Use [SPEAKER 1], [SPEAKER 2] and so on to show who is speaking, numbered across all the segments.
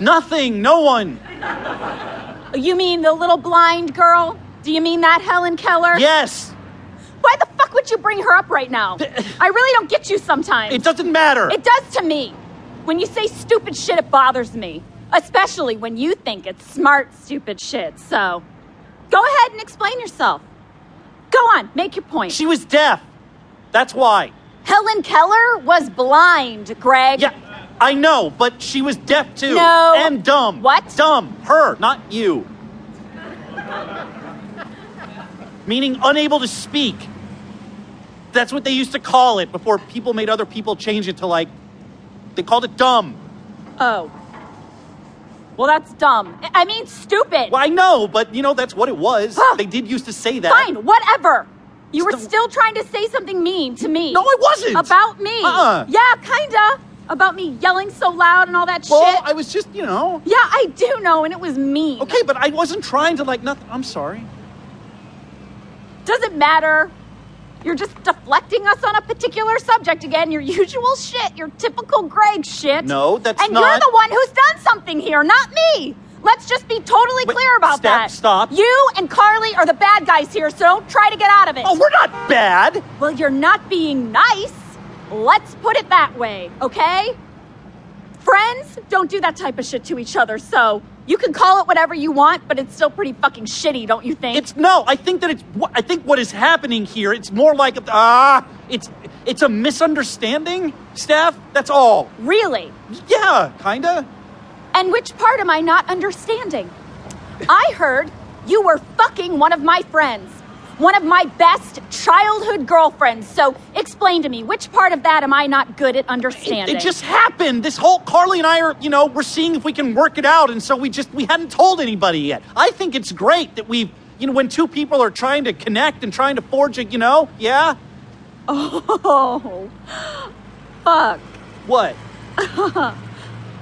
[SPEAKER 1] Nothing, no one.
[SPEAKER 2] You mean the little blind girl? Do you mean that Helen Keller?
[SPEAKER 1] Yes,
[SPEAKER 2] Why the fuck would you bring her up right now? I really don't get you sometimes.
[SPEAKER 1] it doesn't matter.
[SPEAKER 2] It does to me. When you say stupid shit, it bothers me. Especially when you think it's smart, stupid shit. So, go ahead and explain yourself. Go on, make your point.
[SPEAKER 1] she was deaf. That's why.
[SPEAKER 2] Helen Keller was blind, Greg.
[SPEAKER 1] Yeah, I know, but she was deaf too.
[SPEAKER 2] No.
[SPEAKER 1] And dumb.
[SPEAKER 2] What?
[SPEAKER 1] Dumb. Her, not you. Meaning unable to speak. That's what they used to call it before people made other people change it to like, they called it dumb.
[SPEAKER 2] Oh. Well, that's dumb. I- I mean, stupid.
[SPEAKER 1] Well, I know, but you know, that's what it was.
[SPEAKER 2] Huh.
[SPEAKER 1] they did used to say that.
[SPEAKER 2] Fine, whatever. You were
[SPEAKER 1] Still-
[SPEAKER 2] still trying to say something mean to me.
[SPEAKER 1] No, I wasn't.
[SPEAKER 2] About me.
[SPEAKER 1] Uh-uh.
[SPEAKER 2] Yeah, kinda. About me yelling so loud and all that
[SPEAKER 1] Well,
[SPEAKER 2] shit.
[SPEAKER 1] I was just, you know.
[SPEAKER 2] Yeah, I do know, and it was mean.
[SPEAKER 1] Okay, but I wasn't trying to like nothing. I'm sorry.
[SPEAKER 2] Doesn't matter. You're just deflecting us on a particular subject again. Your usual shit, your typical Greg shit.
[SPEAKER 1] No, that's
[SPEAKER 2] and
[SPEAKER 1] not-
[SPEAKER 2] you're the one who's done something here, not me. Let's just be totally
[SPEAKER 1] Wait,
[SPEAKER 2] clear about
[SPEAKER 1] stop,
[SPEAKER 2] that.
[SPEAKER 1] stop.
[SPEAKER 2] You and Carly are the bad guys here, so don't try to get out of it.
[SPEAKER 1] Oh, we're not bad.
[SPEAKER 2] Well, you're not being nice. Let's put it that way, okay? Friends don't do that type of shit to each other, so you can call it whatever you want, but it's still pretty fucking shitty, don't you think?
[SPEAKER 1] It's no. I think that it's. wh- I think what is happening here. It's more like ah. It's it's a misunderstanding, staff. That's all.
[SPEAKER 2] really.
[SPEAKER 1] Yeah, kinda.
[SPEAKER 2] And which part am I not understanding? I heard you were fucking one of my friends, one of my best childhood girlfriends. So explain to me, which part of that am I not good at
[SPEAKER 1] It,
[SPEAKER 2] understanding?
[SPEAKER 1] it just happened. This whole Carly and I are. You know, we're seeing if we can work it out, and so we just we hadn't told anybody yet. I think it's great that we've. You know, when two people are trying to connect and trying to forge a. You know, yeah.
[SPEAKER 2] Oh, fuck.
[SPEAKER 1] What?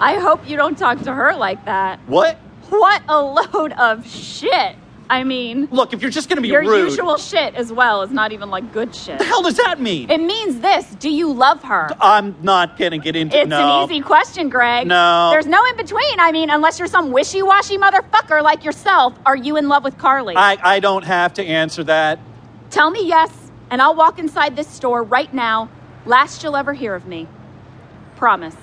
[SPEAKER 2] I hope you don't talk to her like that.
[SPEAKER 1] What?
[SPEAKER 2] What a load of shit. I mean,
[SPEAKER 1] Look, if you're just gonna be
[SPEAKER 2] your
[SPEAKER 1] rude,
[SPEAKER 2] usual shit as well is not even like good shit.
[SPEAKER 1] the hell does that mean?
[SPEAKER 2] It means this do you love her?
[SPEAKER 1] I'm not gonna get into.
[SPEAKER 2] It's
[SPEAKER 1] no.
[SPEAKER 2] an easy question, Greg.
[SPEAKER 1] No.
[SPEAKER 2] There's no in between. I mean, unless you're some wishy washy motherfucker like yourself, are you in love with Carly?
[SPEAKER 1] I I don't have to answer that.
[SPEAKER 2] Tell me yes, and I'll walk inside this store right now. Last you'll ever hear of me. Promise.